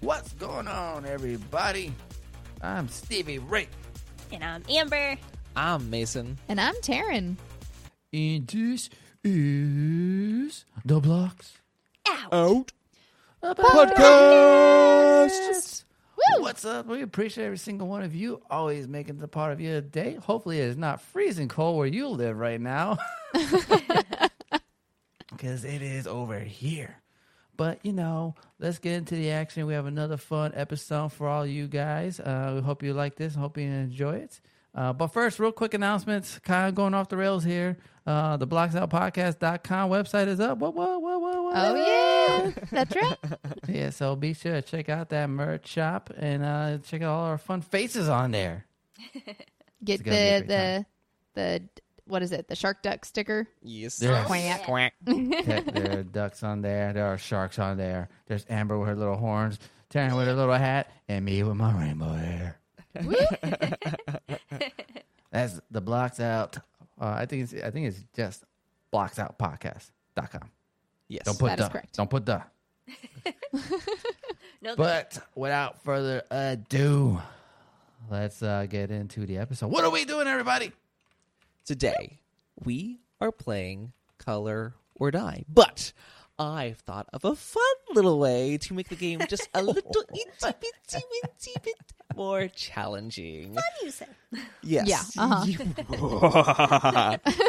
What's going on, everybody? I'm Stevie Ray. And I'm Amber. I'm Mason. And I'm Taryn. And this is the Blocks Ow. Out. Podcast. Woo! What's up? We appreciate every single one of you always making the part of your day. Hopefully, it's not freezing cold where you live right now. Because it is over here. But, you know, let's get into the action. We have another fun episode for all you guys. Uh, we hope you like this. Hope you enjoy it. Uh, but first, real quick announcements, kind of going off the rails here. Uh, the blocksoutpodcast.com website is up. What, what, what, what, what? Oh yeah, that's right. Yeah, so be sure to check out that merch shop and uh, check out all our fun faces on there. Get gonna be a the great the the what is it? The shark duck sticker. Yes. There- Quack, quack. Heck, there are ducks on there. There are sharks on there. There's Amber with her little horns, Taryn with her little hat, and me with my rainbow hair. Woo! That's the blocks out. Uh, I think it's I think it's just blocksoutpodcast.com. Yes. Don't put That the. is correct. Don't put the. No, But without further ado, let's uh, get into the episode. What are we doing, everybody? Today, we are playing Color or Die, but I've thought of a fun little way to make the game just a little itty bitty bitty bit more challenging. what do you say? Yes. Yeah, uh-huh. You-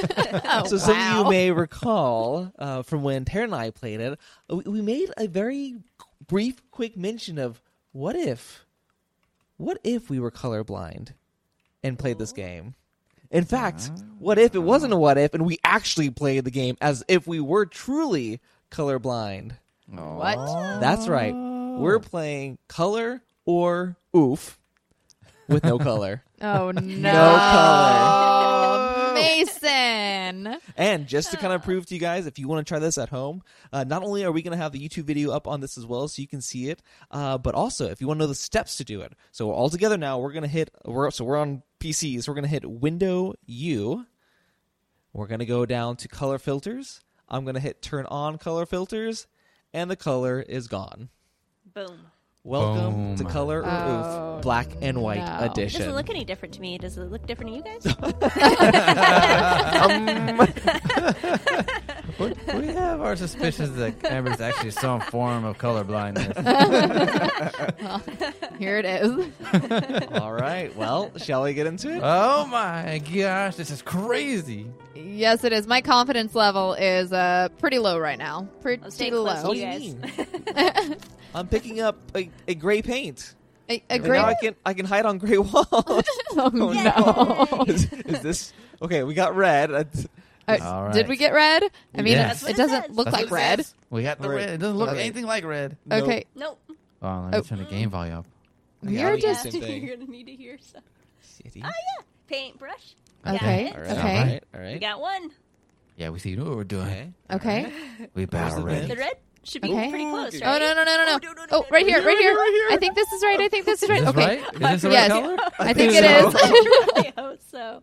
Oh, so some of wow. you may recall uh, from when Tara and I played it, uh, we, we made a very brief, quick mention of what if, what if we were colorblind, and played this game. In fact, what if it wasn't a what if, and we actually played the game as if we were truly colorblind? What? That's right. We're playing color or oof with no color. Oh no, color. Mason. And just to kind Ah. of prove to you guys, if you want to try this at home, uh, not only are we going to have the YouTube video up on this as well, so you can see it, uh, but also if you want to know the steps to do it. So all together now, we're going to hit. We're, so we're on PCs. We're going to hit Window U. We're going to go down to color filters. I'm going to hit turn on color filters, and the color is gone. Boom. Welcome to Boom. Color or Oh, Oof Black and White no. Does it Edition. look any different to me? Does it look different to you guys? Um, we we have our suspicions that Amber's actually some form of colorblindness. Here it is. all right. Well, shall we get into it? Oh my gosh, this is crazy. Yes, it is. My confidence level is uh pretty low right now. I'm Pretty staying close low. to What do you you guys. mean? I'm picking up a, a gray paint. A, a And now I great. can I can hide on gray walls. Oh no. is, is this okay? We got red. That's- Uh, All right. Did we get red? I mean, Yes. That's what it it doesn't says. look That's like what it red. says. We got the Right. red. It doesn't look Okay. anything like red. Nope. Okay, nope. Oh, let me Oh. turn the game volume up. we Yeah, are we can just Same thing. You're gonna need to hear some. City. Paintbrush. Got okay. it. All right. Okay. All right. All You right. got one. Yeah, we see what we're doing. Okay. Okay. We Where's battle the ready. The red should be Okay. pretty close, Oh, right? Oh no no no no no, no, no! no, Oh, no, right no, here, no, right no, here. no, I think this is right. I think this is right. Is this Okay. right? Is this the Yes. right color? I think think it is. I hope so.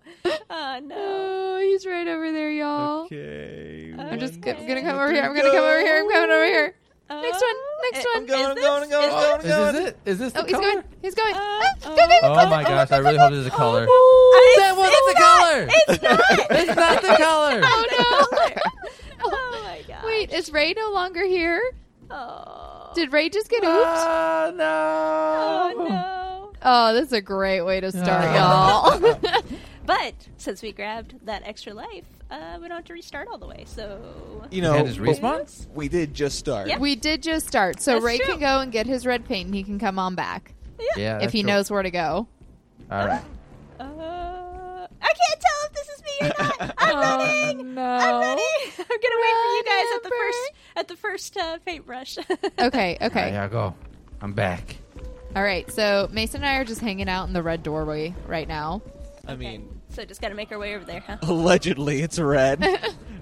Oh no. Oh, he's right over there, y'all. Okay. I'm just go- go- gonna come over here. I'm gonna come over here. I'm coming over here. Next one. Next Oh, one. I'm going. I'm Is going. I'm this- Is this is going. I'm going. I'm going. it? Is this the Oh, he's color? going. He's going. Uh, Ah, uh, go, go, go, Oh go. my gosh, I really hope this is a color. Oh, I- That wasn't the color. It's not. It's not the color. Oh no! oh my god. Wait, is Ray no longer here? Oh. Did Ray just get Uh, ooped? Oh Oh no. no. Oh, this is a great way to start, Ah. y'all. But since we grabbed that extra life, uh, we don't have to restart all the way. So You Yeah, know, just but respawn? we did just start. Yep. we did just start, so That's Ray true. can go and get his red paint, and he can come on back Yeah, if he knows where to go. All right. uh, I can't tell if this is me or not. I'm Oh running. I'm no! running. I'm gonna wait for you Run, guys at the Amber. first at the first uh, paintbrush. Okay, Okay. okay, I go. I'm back. all right. So Mason and I are just hanging out in the red doorway right now. I mean, so just gotta make our way over there, huh? allegedly it's red.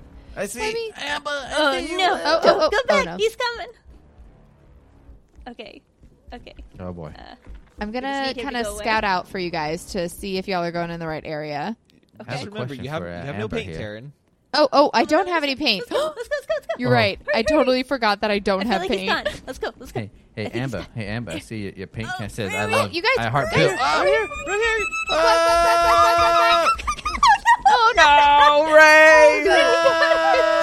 I see. Maybe- Amber. I Oh see you. no! Oh, Go- oh, oh, go oh, back. no. He's coming. Okay. Okay. Oh boy. Uh, I'm just gonna need him to kind of go away. scout out for you guys to see if y'all are going in the right area. Have okay. Just a remember, question you have for, you uh, have no Amber paint, here. Taryn. Oh, oh, I don't have any paint. Oh. Let's go. Let's go. Let's go. Let's go. You're right. I totally forgot that I don't I feel have like paint. he's gone. Let's go. Let's go. Hey, Hey think Amber, hey Amber, I see your, your paint Oh, can says wait, I wait, love you guys- I heart wait, Bill. Oh, wait, Ah, wait, here, wait, right here. clap, Ah! Oh No, Ray!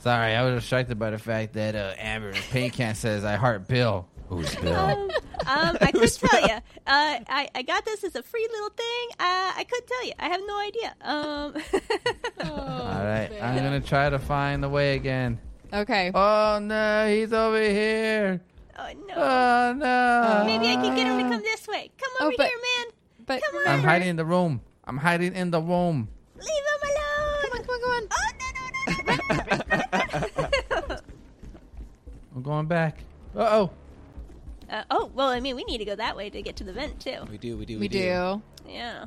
Sorry, I was distracted by the fact that uh, Amber and Paint Can says I heart Bill. Who's Bill? Um, um, I could tell you. Uh, I, I got this as a free little thing. Uh, I could tell you. I have no idea. Um, Oh. All right, I'm gonna try to find the way again. Okay. Oh no, he's over here. oh, no. Oh no. Maybe I can get him to come this way. Come Oh, over but- here, man. But Come on. I'm remember- hiding in the room. I'm hiding in the room. Leave him alone. Come on, come on, come on. Oh, no, no, no, no. I'm going back. Uh oh. uh, oh, well, I mean, we need to go that way to get to the vent, too. We do, we do, we, We do. Yeah.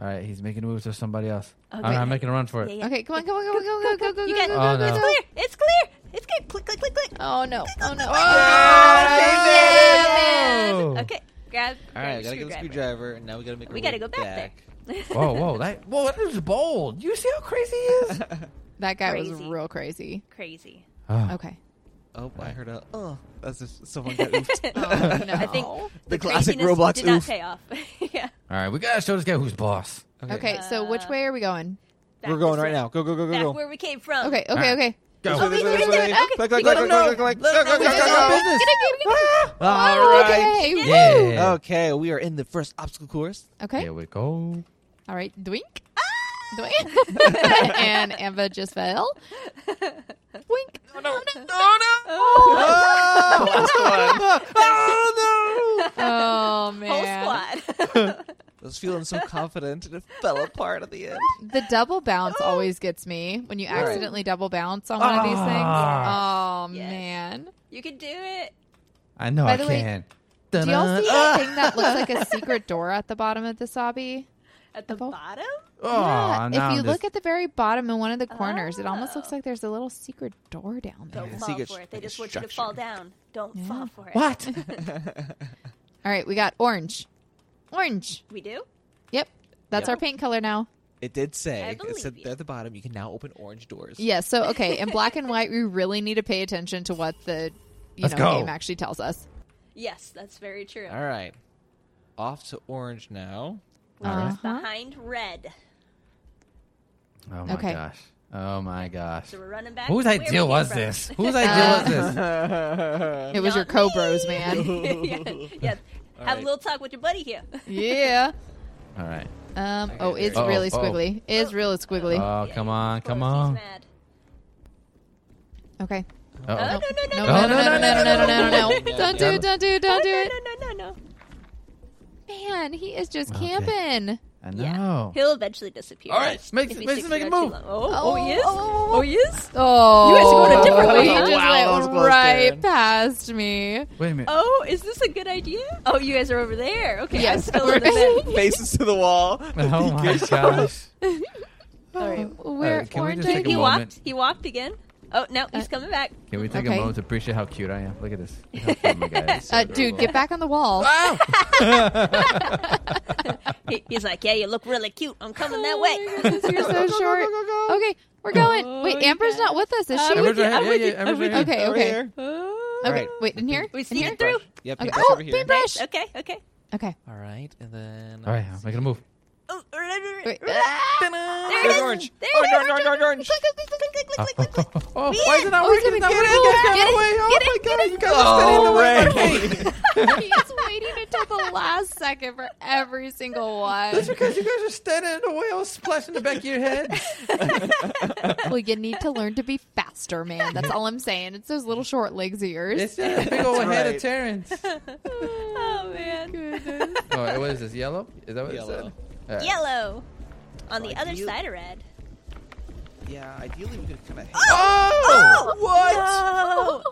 All right, he's making moves with somebody else. Okay. I'm, I'm making a run for Yeah, it. yeah. Okay, come on, come on, come on, come on, go, go, go, You go, got- go, Oh, go, no. go, It's go. clear. It's clear. It's clear. Click, click, click, click. Oh no! Oh no! Oh! Okay, grab. All grab right, your gotta get the screwdriver, and now we gotta make. Our We way gotta go back, there. Whoa, whoa, that whoa, that is bold. You see how crazy he is? That guy was Crazy. real crazy. Crazy. Oh, Okay. oh, I heard a. Oh, that's just someone got oofed. Oh, I think the, The classic craziness Roblox did not oof. pay off. yeah. All right, we gotta show this guy who's boss. Okay, so which way are we going? Back we're going this right way. now. Go, go, go, Back go, go. where we came from. Okay, okay, Alright. okay. Go. Oh, we- we did it. Okay. Click, click, Let click, him know. click, click, click. Let him know. Go, go, go, go, It's go. our business. All right. Oh, Okay. woo. Ah, Yeah. Okay, we are in the first obstacle course. Okay. Here we go. All right. Dwink. Ah. Dwink. and Amber just fell. Wink. No, no, no, Oh, that's fun. oh no! Whole Oh man. squad. I was feeling so confident, and it fell apart at the end. The double bounce always gets me when you accidentally double bounce on one of these things. Ah. Oh Yes. man. you can do it. I know By I the way, can. Do y'all Dun-dun. see Ah! that thing that looks like a secret door at the bottom of the lobby? At the Double- bottom? Oh, yeah. If you now I'm look just- at the very bottom in one of the corners, it almost looks Oh. like there's a little secret door down there. Don't Yeah, fall secret for it. They stru- just want you to structure. fall down. Don't Yeah. fall for it. what? All right, we got orange. Orange. We do? Yep. That's Yep. our paint color now. It did I say. It believe said you. there at the bottom. You can now open orange doors. Yeah, so okay, in black and white we really need to pay attention to what the you Let's know go. game actually tells us. Yes, that's very true. All right. Off to orange now. Which is Uh-huh. behind red. Oh my Okay. gosh. Oh my gosh. So we're running back. Whose to where we idea came was from. this? Whose idea was this? All It was your Not me. cobros, man. yeah. yeah. Have right. a little talk with your buddy here. yeah. All right. Um oh, it's Uh-oh, really uh-oh. squiggly. It's really squiggly. Oh, Yeah, come he's on, come close. on. He's mad. okay. Uh-oh. Oh, no, no, No, no, no, no, no, no, no, no, no, no, no. Don't do it, don't do it, don't do no, it. no, no, no, no. Man, he is just Okay. camping. I Yeah. know. He'll eventually disappear. Oh. All right, make- if he make- sticks make a around too move. long. Oh, oh, yes. oh, oh, oh. Oh, yes. Oh, You guys are going a different way, He huh? just Wow, that was went close, right Darren. past me. Wait a minute. Oh, is this a good idea? Oh, you guys are over there. Okay, I'm Yes, still we're- in the bed. Faces to the wall. Oh my gosh. All right, we're can we just oranging. take a He moment. walked. He walked again. Oh no, he's Uh, coming back. Can we take Okay. a moment to appreciate how cute I am? Look at this. Look how cute my guy is. Uh, dude, get back on the wall. He, he's like, "Yeah, you look really cute. I'm coming that Oh way." my goodness, you're so short. Okay, we're going. Wait, Oh, Amber's yeah. not with us, is she? Amber's right here. Yeah, yeah, Amber's right here. Okay, Over okay. here. Oh. Okay, Right. wait, in here? We In sneak here? it through. Yep. Okay. paintbrush Oh, over here. paintbrush. Okay, okay. Okay. All right, and then. All right, I'm making a move. Oh, there Wait. it Ah! is. There's orange. There it Orange, is. orange, orange, orange, orange. Click, click, click, click, click, click, click, click. Oh, why is it not Oh, he's working? It's gonna not get it, working. Get it's it, get it, my god, you guys Oh, He's waiting until the last second for every single one. because you guys are standing in the way. I was splashing the back of your head. Well, you need to learn to be faster, man. That's all I'm saying. It's those little short legs of yours. It's just a big old That's head right. of Terrence. Oh man. Goodness. Oh, what is this? Yellow? Is that what Yellow. it said? All right. Yellow. On the Like other you. side of red. Yeah, ideally we could kind of. Oh! What?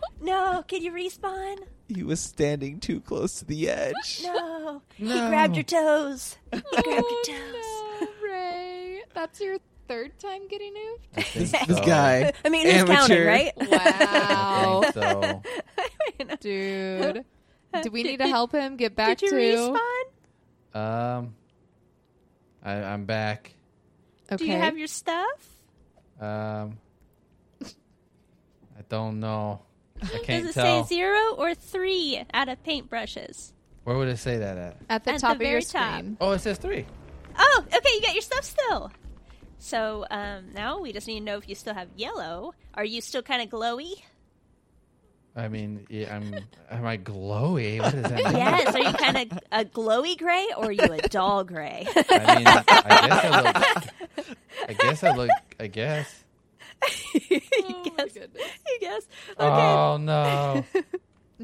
No! No, can you respawn? He was standing too close to the edge. No. No. He grabbed your toes. He grabbed your toes. Oh, no, Ray. That's your third time getting oofed? This, I think this so. guy. I mean, who's counting, Amateur. right? I Wow. think so. You know, Dude. Do we Did- need to did- help him get back Did you to respawn? Um, I, I'm back. Okay. Do you have your stuff? Um, I don't know. I Does can't it tell. say zero or three out of paintbrushes? Where would it say that at? At the At the top of your very top. screen. Oh, it says three. Oh, okay, you got your stuff still. So um, now we just need to know if you still have yellow. Are you still kind of glowy? I mean, yeah, I'm. Am I glowy? What does that mean? Yes. Are you kind of a glowy gray or are you a dull gray? I mean, I guess I look. I guess I look. I guess. you guess. You guess. Okay. Uh, Oh no!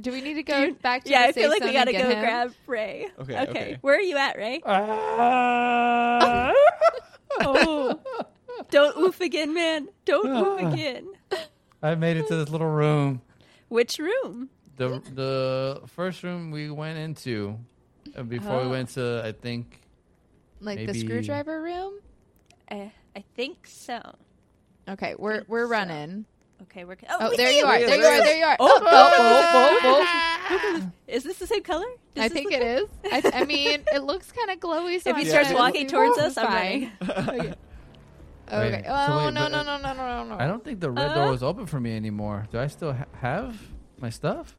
Do we need to go back to yeah, the I feel safe like we zone gotta and go get him? grab Ray. Okay, okay. Where are you at, Ray? Ah. Oh. Don't oof again, man. Don't oof again. I made it to this little room. Which room? The the first room we went into uh, before we Oh. went to I think Like the Maybe- screwdriver room? Uh, I think so. Okay, we're we're running. Okay, we're. Oh, we there see you are. is, There you there are. is. There you are. Oh, Oh, oh, oh, oh, Is this the same color? Does I this think look it is. I, I mean, it looks kind of glowy. So If he I'm starts gonna walking assume towards we're us, I'm running. fine. Okay. Wait, so Oh wait, no but, no uh, no no no no I no. don't think the red door Uh. was open for me anymore. Do I still ha- have my stuff?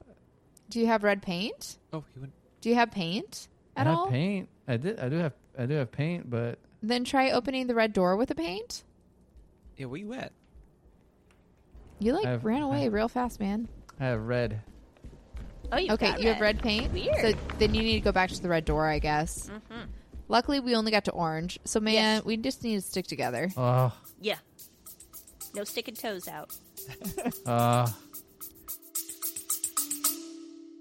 Do you have red paint? Oh, he went. Do you have paint at I have all? paint. I did. I do have. I do have paint, but Then try opening the red door with a paint. Yeah, where you at? You like I've- ran away I've- real fast, man. I have red. Oh, you Okay, got you have red paint. So Weird. Mm-hmm. then you need to go back to the red door, I guess. Luckily, we only got to orange. So man, Yes. we just need to stick together. Oh, Yeah. No sticking toes out. uh,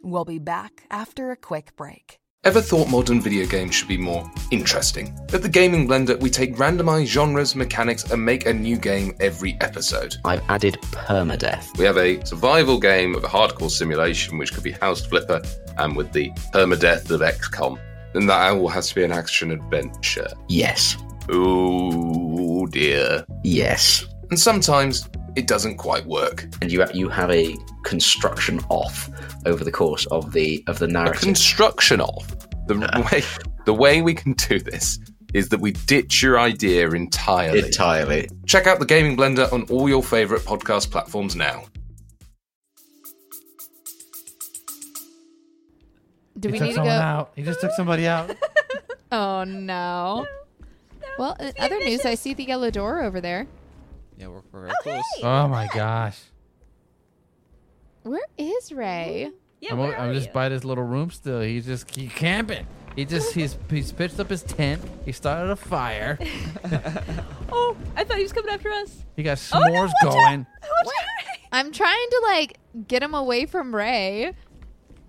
We'll be back after a quick break. Ever thought modern video games should be more interesting? At the Gaming Blender, we take randomized genres, mechanics, and make a new game every episode. I've added permadeath. We have a survival game of a hardcore simulation, which could be House Flipper, and with the permadeath of XCOM. Then that all has to be an action adventure. Yes. Ooh dear. Yes. And sometimes it doesn't quite work. And you you have a construction off over the course of the of the A narrative. construction off. The way the way we can do this is that we ditch your idea entirely. Entirely. Check out the Gaming Blender on all your favorite podcast platforms now. Do he we took need to go? someone out. He just took somebody out. Oh no. Well, in other news, I see the yellow door over there. Yeah, we're, we're very close. hey. Uh, Oh my gosh! Where is Ray? Yeah, I'm, o- where I'm are just you? by this little room still. He's just he camping. He just he's he's pitched up his tent. He started a fire. Oh, I thought he was coming after us. He got Oh, no, s'mores watch out. going. Watch out. I'm trying to like get him away from Ray.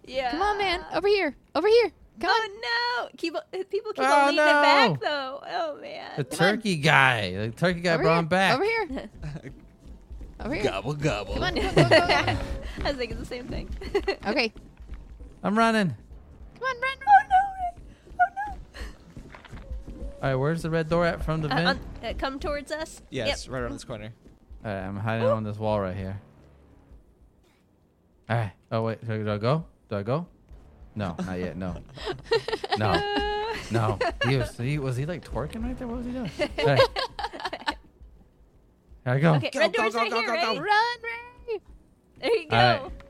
Yeah. Come on, man, Uh. over here, over here. Come on. Oh no! Keep, people keep Oh, on leaning no. back though. Oh man. The turkey guy. The turkey guy Oh, over brought here. him back. Over here. over here. Gobble gobble. Come on. Go, go, go, go. I think it's the same thing. Oh, Okay. I'm running. Come on, run. no! Oh All right, where's the red door at from the Uh, vent? on- uh, come towards us. Yes, Yep. right around this corner. uh, All right, I'm hiding on this wall right here. All right. Oh wait, do I- do I go? Do I go? No, not yet. No. no. Uh, No. He was he was he like twerking right there? What was he doing? All right. Here I go. okay, red door's right here, right? Run, Ray. There you go.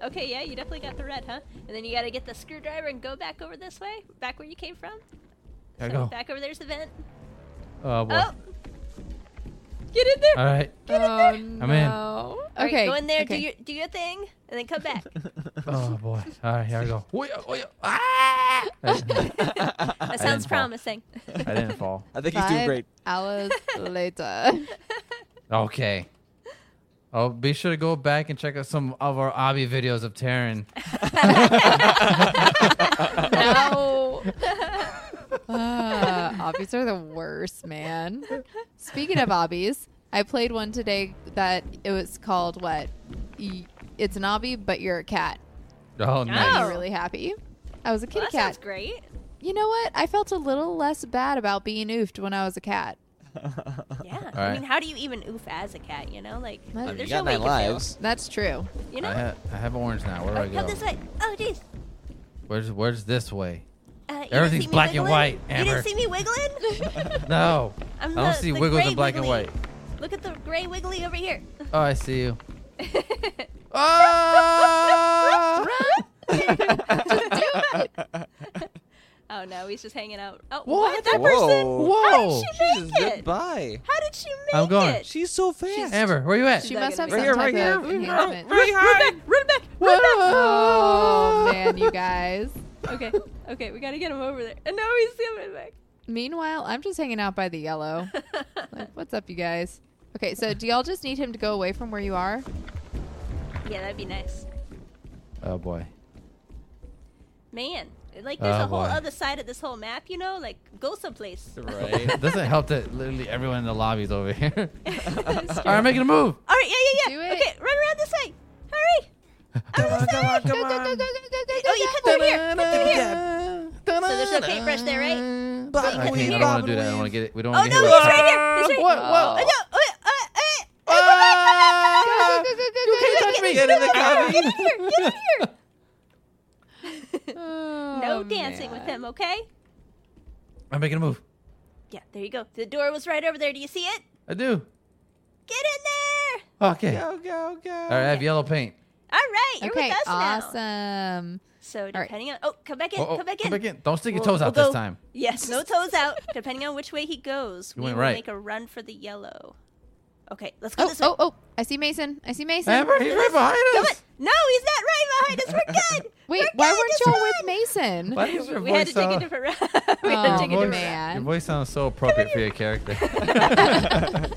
All Okay, yeah, you definitely got the red, huh? And then you got to get the screwdriver and go back over this way, back where you came from. Here I So go. Back over there's the vent. Oh boy. Oh, get in there. All right. Oh, I'm in. no. All right, Okay. go in there, okay. do your do your thing, and then come back. Oh boy. All right, here I go. Oi, oi, ah! I That sounds fall. promising. didn't fall. I think he's doing Five great. hours later. Okay. Oh, be sure to go back and check out some of our obby videos of Taryn. no. Uh, obbies are the worst, man. Speaking of obbies, I played one today that it was called what? Y- It's an obby, but you're a cat. Oh, I'm nice. Oh. really happy. I was a kitty Well, that sounds cat. great. You know what? I felt a little less bad about being oofed when I was a cat. Yeah. I right. mean, how do you even oof as a cat? You know, like I mean, there's you got no way nine you can fail, lives. That's true. You know. I, ha- I have orange now. Where do I oh, come go? this way. Oh, jeez. Where's Where's this way? Uh, you didn't Everything's see me black and wiggling? white, You Amber. didn't see me wiggling? No, I'm I don't the- see the wiggles gray in black wiggly. and white. Look at the gray wiggly over here. Oh, I see you. Ah! Oh no, he's just hanging out. Oh, What? what? That person? Whoa. Whoa! She She's make it. goodbye. How did she make I'm going. it? She's so fast. Amber, where you at? She not must have gonna some make it. Right type here, of right here. enhancement. Right here. Run back! Run back! Run Oh man, you guys. back! Okay, okay, we gotta get him over there. And no, he's coming back. Meanwhile, I'm just hanging out by the yellow. Like, what's up, you guys? Okay, so do y'all just need him to go away from where you are? Yeah, that'd be nice. Oh boy. Man, like there's Oh, a whole boy. other side of this whole map, you know? Like, go someplace. Right. Doesn't help that literally everyone in the lobby's over here. It's All right, true. Oh, I'm making a move. All right, yeah, yeah, Do yeah. it. Okay, run around this way. Hurry! Come on, come on, come Go, go, go, go, on. go, go, go, Oh, you go. cut through here. Cut through here. So there's no paintbrush there, right? Bob So you I cut can't. I through here. don't want to do that. I don't want to get it. We don't Oh want no, to get he's hit. right here. He's right. What? Oh, What? no. Oh, uh, uh, uh, Ah! Go, go, go, go, You go, can't go, touch me. Get in the cabin. Get out of here! Get out of here! Oh, No dancing with him, okay? I'm making a move. Yeah, there you go. The door was right over there. Do you see it? I do. Get in there! Okay. All Oh, Go, go, go. right, I have yellow paint. All right, you're Okay, with us now. awesome. So right. depending on oh, come back in, Oh, oh, come back in. Don't stick your We'll- toes out we'll this go- time. Yes, no toes out. Depending on which way he goes, we went will right. make a run for the yellow. Okay, let's go Oh, this way. oh, oh! I see Mason. I see Mason. Amber, he's right behind Come on. us. No, he's not right behind us. We're good. Wait, We're why good. weren't Just y'all run. with Mason? Why does your We had to voice uh, take a sound? different route. we had Oh, to take a different man. route. Your Your voice sounds so appropriate for your character.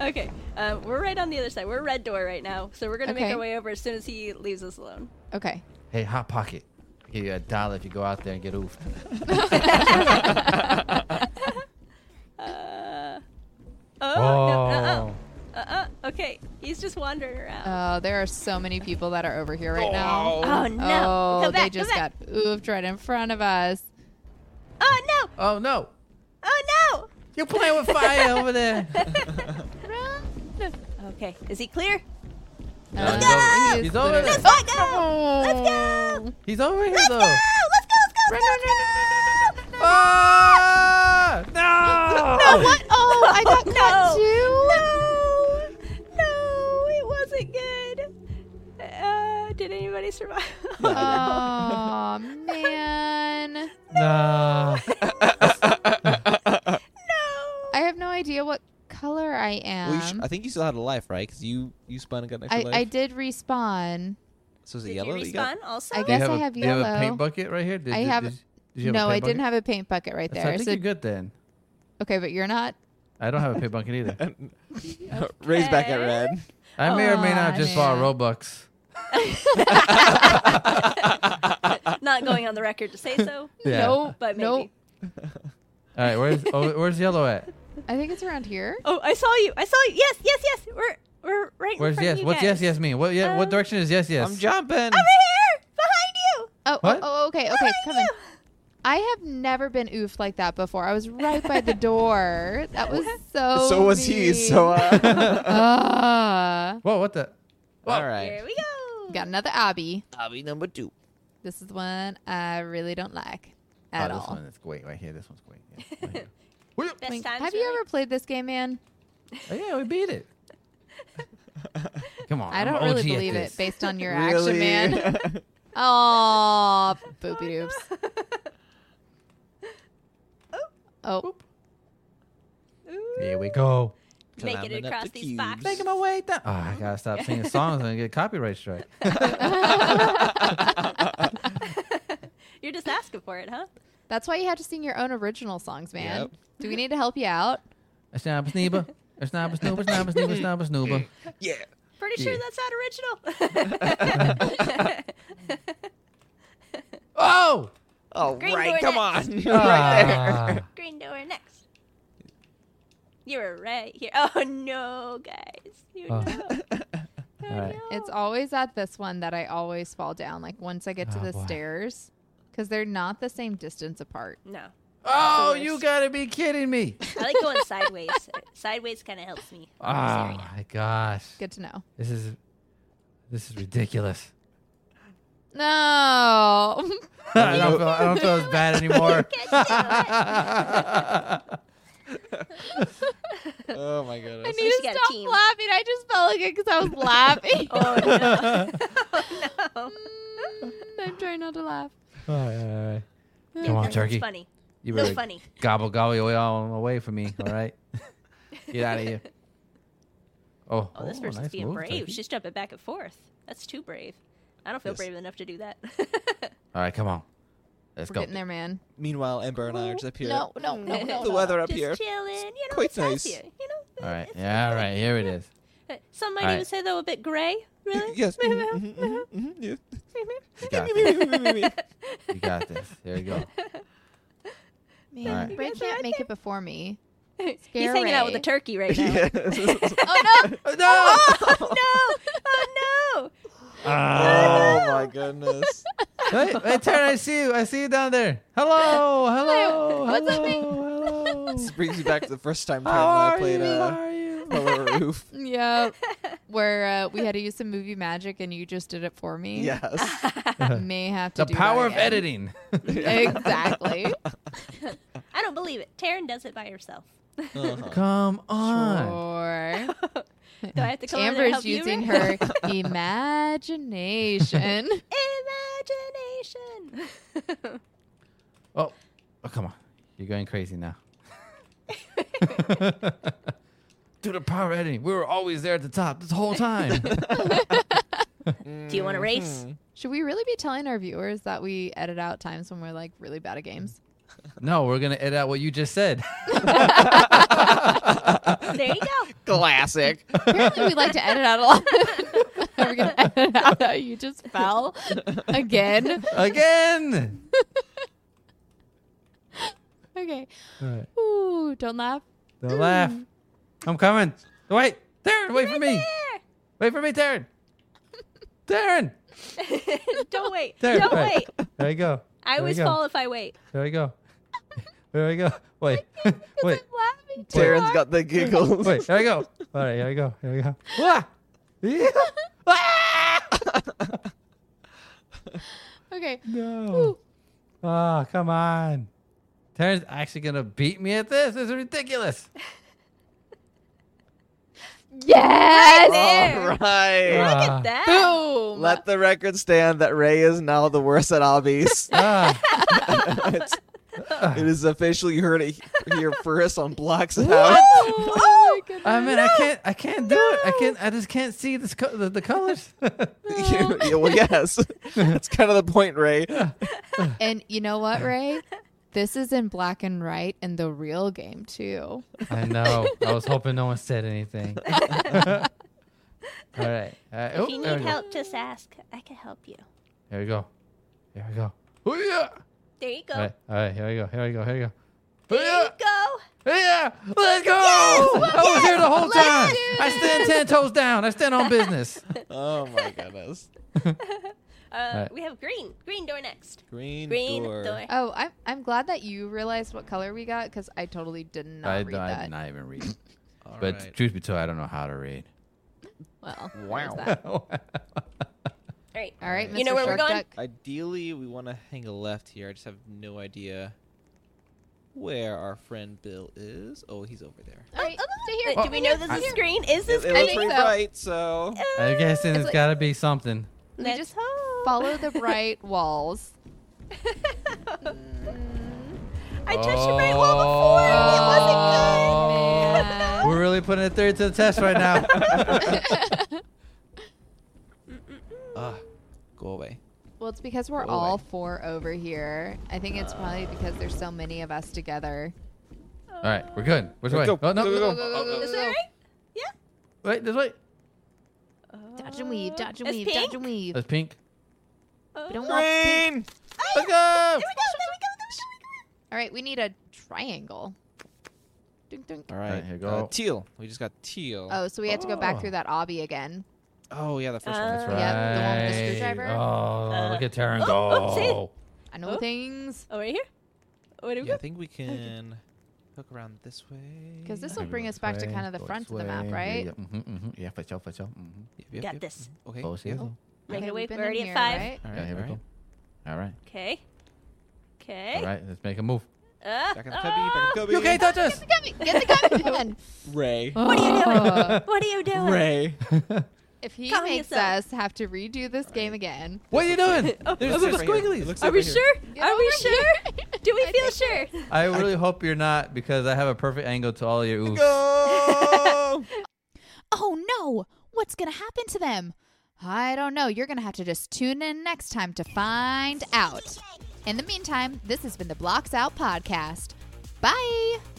Okay, uh, we're right on the other side. We're red door right now, so we're gonna make Okay. our way over as soon as he leaves us alone. Okay. hey, hot pocket. I'll Give you a dollar if you go out there and get oofed. Uh, oh, no, uh-uh, Oh. uh-uh. Okay, he's just wandering around. Oh, there are so many people that are over here right now. oh no! Oh, come back, they just come back. got oofed right in front of us. Oh no! Oh no, Oh you're playing with fire over there. no! Okay, is he clear? No, Uh, he's over- he is he's over literally- there. Let's go! Oh, Let's go! Oh. He's over here Let's go! Let's go! though. Let's go! Let's go! Ah! No! No, what? Oh, I got cut too. No, no, it wasn't good. Uh, did anybody survive? Aw, Oh, man. No. I have no idea what color I Well, you sh- Um, am. I think you still had a life, right? Because you you spun and got an extra I, life. I did respawn. So is it did yellow? you that got? respawn also? I Do you guess have I a- have do you have a yellow. paint bucket right here? Did, I you- have- did you have a No, paint I didn't bucket? have a paint bucket right So I there. think So, you're good then. okay, but you're not. I don't have a paint bucket either. Raise back at Okay. red. I may or may not Aw, just borrow man. Robux. Not going on the record to say so, Yeah. No, but maybe. no. All right, where's oh, where's yellow at? I think it's around here. Oh, I saw you! I saw you! Yes, yes, yes! We're we're right in Where's front yes? of you What's guys. yes yes mean? What yeah, what Um, direction is yes yes? I'm jumping. Over here, behind you. Oh, What? oh, oh, okay, okay, come in. I have never been oofed like that before. I was right by the door. That was so. Oh, so was he. mean. So uh, Ah. Whoa, what the? all Here right. we go. got another obby. Abby number two. This is one I really don't like at oh, all. This one is great right here. This one's great. Yeah, right here. Best Like, times have you really- ever played this game, man? Oh, yeah, we beat it. Come on, I I'm don't OG really at believe this. it based on your Really? action, man. Aw, boopy doops. Oh, Here we go. Make it Climbing up across the these cubes. boxes. Making my way down. Oh, I gotta stop singing songs and get copyright strike. You're just asking for it, huh? that's why you have to sing your own original songs, man. Yep. Do we need to help you out? A snapper snooper, a snapper snooper, snapper snooper, snapper snooper. Yeah. Pretty Yeah. sure that's not original. Oh, All Green right. door Come next. on. right there. Ah. Green door next. You were right here. Oh no, guys. You Oh. know. Oh, All right. no. It's always at this one that I always fall down. Like once I get to Oh, the boy. stairs, because they're not the same distance apart. no. Oh, It's the you worst. gotta be kidding me! I like going sideways. sideways kind of helps me. Oh my gosh, Good to know. this is this is ridiculous. No, I don't feel I don't feel as bad anymore. Can't do it. Oh my I goodness. need she to got a stop team. laughing. I just felt like it because I was Oh laughing. no! Oh, no. I'm trying not to laugh. All right, all right, Mm, all right. Come on, Oh, turkey. It's funny. You No better funny. gobble gobble your way all away from me. All right, get out of here. Oh, Oh, this oh, person's nice being move, brave. turkey. She's jumping back and forth. That's too brave. I don't feel brave enough to do that. All right, come on. Let's We're go. getting there, man. Meanwhile, Ember and I are just up here. No, no, no, no. The weather up Just here. chilling. You know, Quite it's nice. nice. here, You know. All right, yeah, all right. Here it is. right. Some might All right. Mm-hmm, even say though a bit gray. Really? Yes. mhm, mhm, mhm, mhm, You got this. yeah. You got this. There you go. Man, All right. Ray guys are can't out make it before me. He's hanging out with a Scary. turkey right now. Yes. Oh no! No! Oh, no! Oh no! Oh my goodness. Hey, hey, Taryn, I see you. I see you down there. Hello, hello, What's up, hello, hello. This brings me back to the first time How Taryn and I are played you? How uh, are you? Lower Roof. Yeah, where uh, we had to use some movie magic, and you just did it for me. Yes. may have to. The do that power of again. editing. Exactly. I don't believe it. Taryn does it by herself. Uh-huh. Come on. Or Do I have to come over there and Amber's help using you? her imagination. imagination. Oh, oh, come on. You're going crazy now. Do the power of editing. We were always there at the top this whole time. Do you want to race? Should we really be telling our viewers that we edit out times when we're like really bad at games? no, we're gonna edit out what you just said. There you go. Classic. Apparently, we like to edit out a lot. Are we gonna edit out how you just fell again? Again. Okay. All right. Ooh, don't laugh. Don't laugh. I'm coming. Wait, Taryn, wait for me. Wait for me, Taryn. Taryn. Don't wait. There, Don't right. wait. There you go. I There always you go. fall if I wait. There you go. There you go. Wait. Wait. Laughing too Taryn's hard. got the giggles. Wait. There you go. All right. Here we go. Here we go. Ah! Yeah. Ah! Okay. No. Ah, come on. Taryn's actually gonna beat me at this. This is ridiculous. Yes. There. All right. Look Ah. at that. Boom. Let the record stand that Ray is now the worst at obbies. Ah. it's, it is official. You heard it he- here first on Blocks House. oh, my goodness. I mean, I can't. I can't do it. I can't. I just can't see this co- the, the colors. You- yeah, well, yes. That's kind of the point, Ray. And you know what, Ray? This is in black and white in the real game too. I know. I was hoping no one said anything. All right. All right. If Oh, you there need we go. help, just ask. I can help you. Here we go. Here we go. Oh, Hoo-yah! There you go. All right, all right, here we go, here we go, here we go. There you Hoo-yah! go. Hoo-yah! Let's go! I was here the whole time. I stand ten toes down. I stand on business. Oh my goodness. Uh, Alright. We have green. Green door next. Green, Green door. door. Oh, I'm I'm glad that you realized what color we got because I totally did not read that. not even read. All right. truth be told, I don't know how to read. Well, Wow. wow. That. All right. All right, Mr. You know where we're Shark going? Duck. Ideally, we want to hang a left here. I just have no idea where our friend Bill is. Oh, he's over there. All right, stay here. Uh, Do we know this is green? Is this It green? was pretty so. bright, so. I guess it's It's like- got to be something. We Let's just hope. follow the bright walls. Oh, I touched the right Oh. wall before. It wasn't good. Man. We're really putting a theory to the test right now. Ah, go away. Well, it's because we're Go all away. four over here. I think it's probably because there's so many of us together. all right, we're good. Which way? Go, oh no! go, go, Go, go, go, go, Is go, that go. right? Wait, this way. Dodge and weave, dodge and It's weave, pink? dodge and weave. That's pink. We don't Ah, want pink. Green! Let's go. Oh. There we go. There we go. There we go. All right, we need a triangle. Dunk, dunk. All right, right, here you Uh, go. teal. We just got teal. Oh, so we have to go back Oh. through that obby again. Oh, yeah, the first Uh, one. That's That's right. right. Yeah, the one with the screwdriver. Oh, Uh, look at Taryn oh, oh, see? go. I know Oh. things. Oh, right here. Where do we Yeah, I go? think we can hook around this way. Because this will bring us back to kind of the front of the map, right? Yeah, yeah. hmm hmm yeah for sure, for sure. hmm Yep, yep, Got yep. this. Okay. Oh, see? yeah. Oh. Make Okay, it away. we've been We're already in at here, five. right? All Yeah, right, here we all right. go. All right. Okay. Uh, Okay. All right, let's make a move. Back on the cubby, back on the cubby. You can't touch us. Get the gun pen. Ray. What are you doing? What are you doing? Ray. If he Calm makes yourself. us have to redo this game again. What are you doing? Oh, There's It little looks right here. It squigglies. looks Are right we here. sure? Get Are we over sure? here. Do we I feel think- sure? I really hope you're not because I have a perfect angle to all your oofs. Go! Oh no! What's gonna happen to them? I don't know. You're gonna have to just tune in next time to find out. In the meantime, this has been the Blocks Out Podcast. Bye!